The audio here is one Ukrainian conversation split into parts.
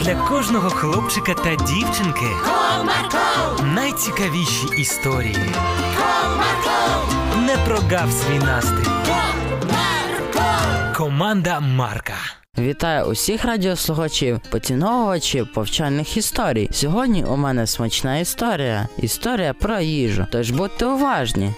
для кожного хлопчика та дівчинки найцікавіші історії. Не прогав свій настрій. Команда Марка. Вітаю усіх радіослухачів, поціновувачів повчальних історій. Сьогодні у мене смачна історія. Історія про їжу. Тож будьте уважні.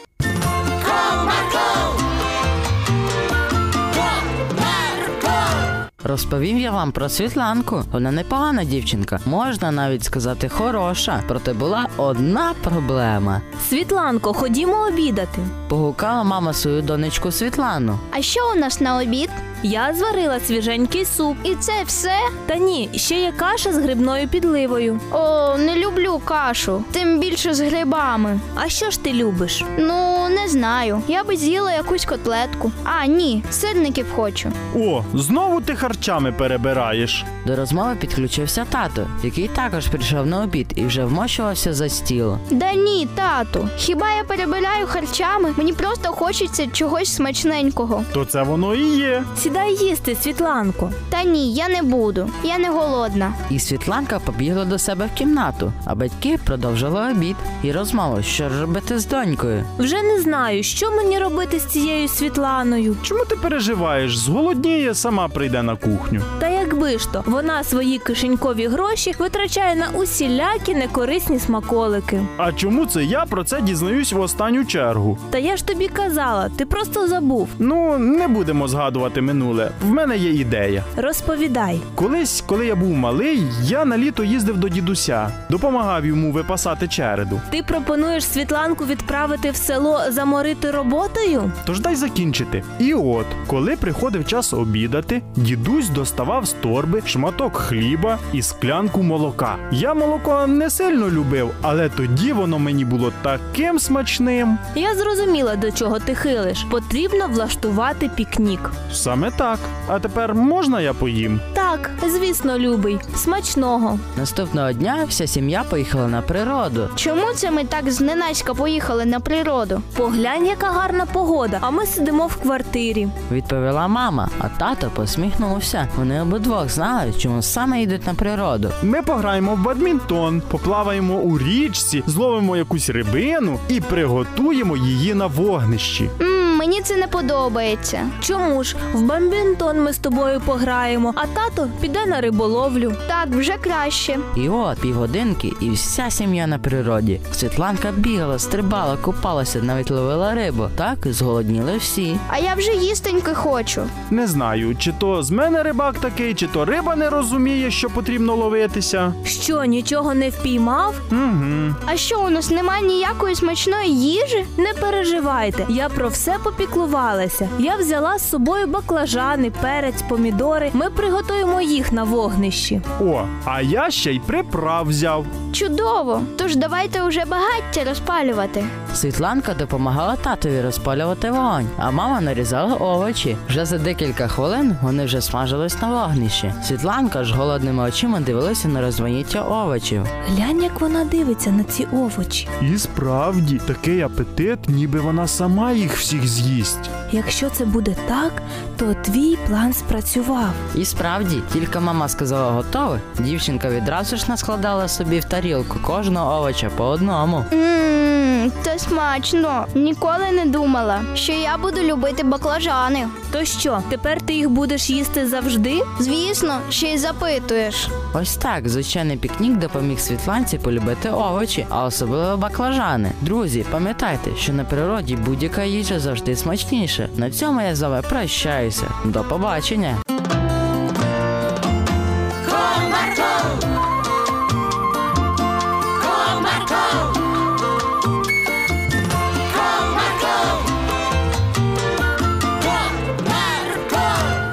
Розповім я вам про Світланку. Вона непогана дівчинка, можна навіть сказати хороша, проте була одна проблема. Світланко, ходімо обідати. Погукала мама свою донечку Світлану. А що у нас на обід? Я зварила свіженький суп. І це все? Та ні, ще є каша з грибною підливою. О, не люблю кашу, тим більше з грибами. А що ж ти любиш? Ну, не знаю. Я би з'їла якусь котлетку. А, ні, сирників хочу. О, знову ти харчами перебираєш. До розмови підключився тато, який також прийшов на обід і вже вмощувався за стіл. Да ні, тату. Хіба я перебираю харчами? Мені просто хочеться чогось смачненького. То це воно і є. Сідай їсти, Світланко. Та ні, я не буду. Я не голодна. І Світланка побігла до себе в кімнату, а батьки продовжили обід і розмову, що ж робити з донькою. Вже не знаю, що мені робити з цією Світланою. Чому ти переживаєш? Зголодніє, сама прийде на кухню. Та якби ж то, вона свої кишенькові гроші витрачає на усілякі некорисні смаколики. А чому це я про це дізнаюсь в останню чергу? Та я ж тобі казала, ти просто забув. Ну, не будемо згадувати минуле. В мене є ідея. Розповідай. Колись, коли я був малий, я на літо їздив до дідуся, допомагав йому випасати череду. Ти пропонуєш Світланку відправити в село заморити роботою? Тож дай закінчити. І от, коли приходив час обідати, дідусь доставав з торби шматок хліба і склянку молока. Я молоко не сильно любив, але тоді воно мені було таким смачним. Я зрозуміла, до чого ти хилиш. Потрібно влаштувати пікнік. Саме так. А тепер можна я поїм? Так, звісно, любий, смачного. Наступного дня вся сім'я поїхала на природу. Чому це ми так зненацька поїхали на природу? Поглянь, яка гарна погода, а ми сидимо в квартирі. Відповіла мама, а тато посміхнувся. Вони обидвох знали, чому саме йдуть на природу. Ми пограємо в бадмінтон, поплаваємо у річці, зловимо якусь рибину і приготуємо її на вогнищі. Мм, мені це не подобається. Чому ж в бамбінтон ми з тобою пограємо, а тато піде на риболовлю. Так, вже краще. І от півгодинки, і вся сім'я на природі. Світланка бігала, стрибала, купалася, навіть ловила рибу. Так і зголодніли всі. А я вже їстеньки хочу. Не знаю, чи то з мене рибак такий, чи то риба не розуміє, що потрібно ловитися. Що, нічого не впіймав? Угу. А що у нас немає ніякої смачної їжі? Не переживайте, я про все попіклувалася. Я взяла з собою баклажани, перець, помідори. Ми приготуємо їх на вогнищі. О, а я ще й приправ взяв. Чудово! Тож давайте уже багаття розпалювати. Світланка допомагала татові розпалювати вогонь, а мама нарізала овочі. Вже за декілька хвилин вони вже смажились на вогнищі. Світланка ж голодними очима дивилася на розмаїття овочів. Глянь, як вона дивиться на ці овочі. І справді такий апетит, ніби вона сама їх всіх з'їсть. Якщо це буде так, то твій план спрацював. І справді, тільки мама сказала готове, дівчинка відразу ж наскладала собі в тарілку кожного овоча по одному. Ммм, це смачно. Ніколи не думала, що я буду любити баклажани. То що, тепер ти їх будеш їсти завжди? Звісно, ще й запитуєш. Ось так звичайний пікнік допоміг світланці полюбити овочі, а особливо баклажани. Друзі, пам'ятайте, що на природі будь-яка їжа завжди смачніша. На цьому я з вами прощаюся. До побачення!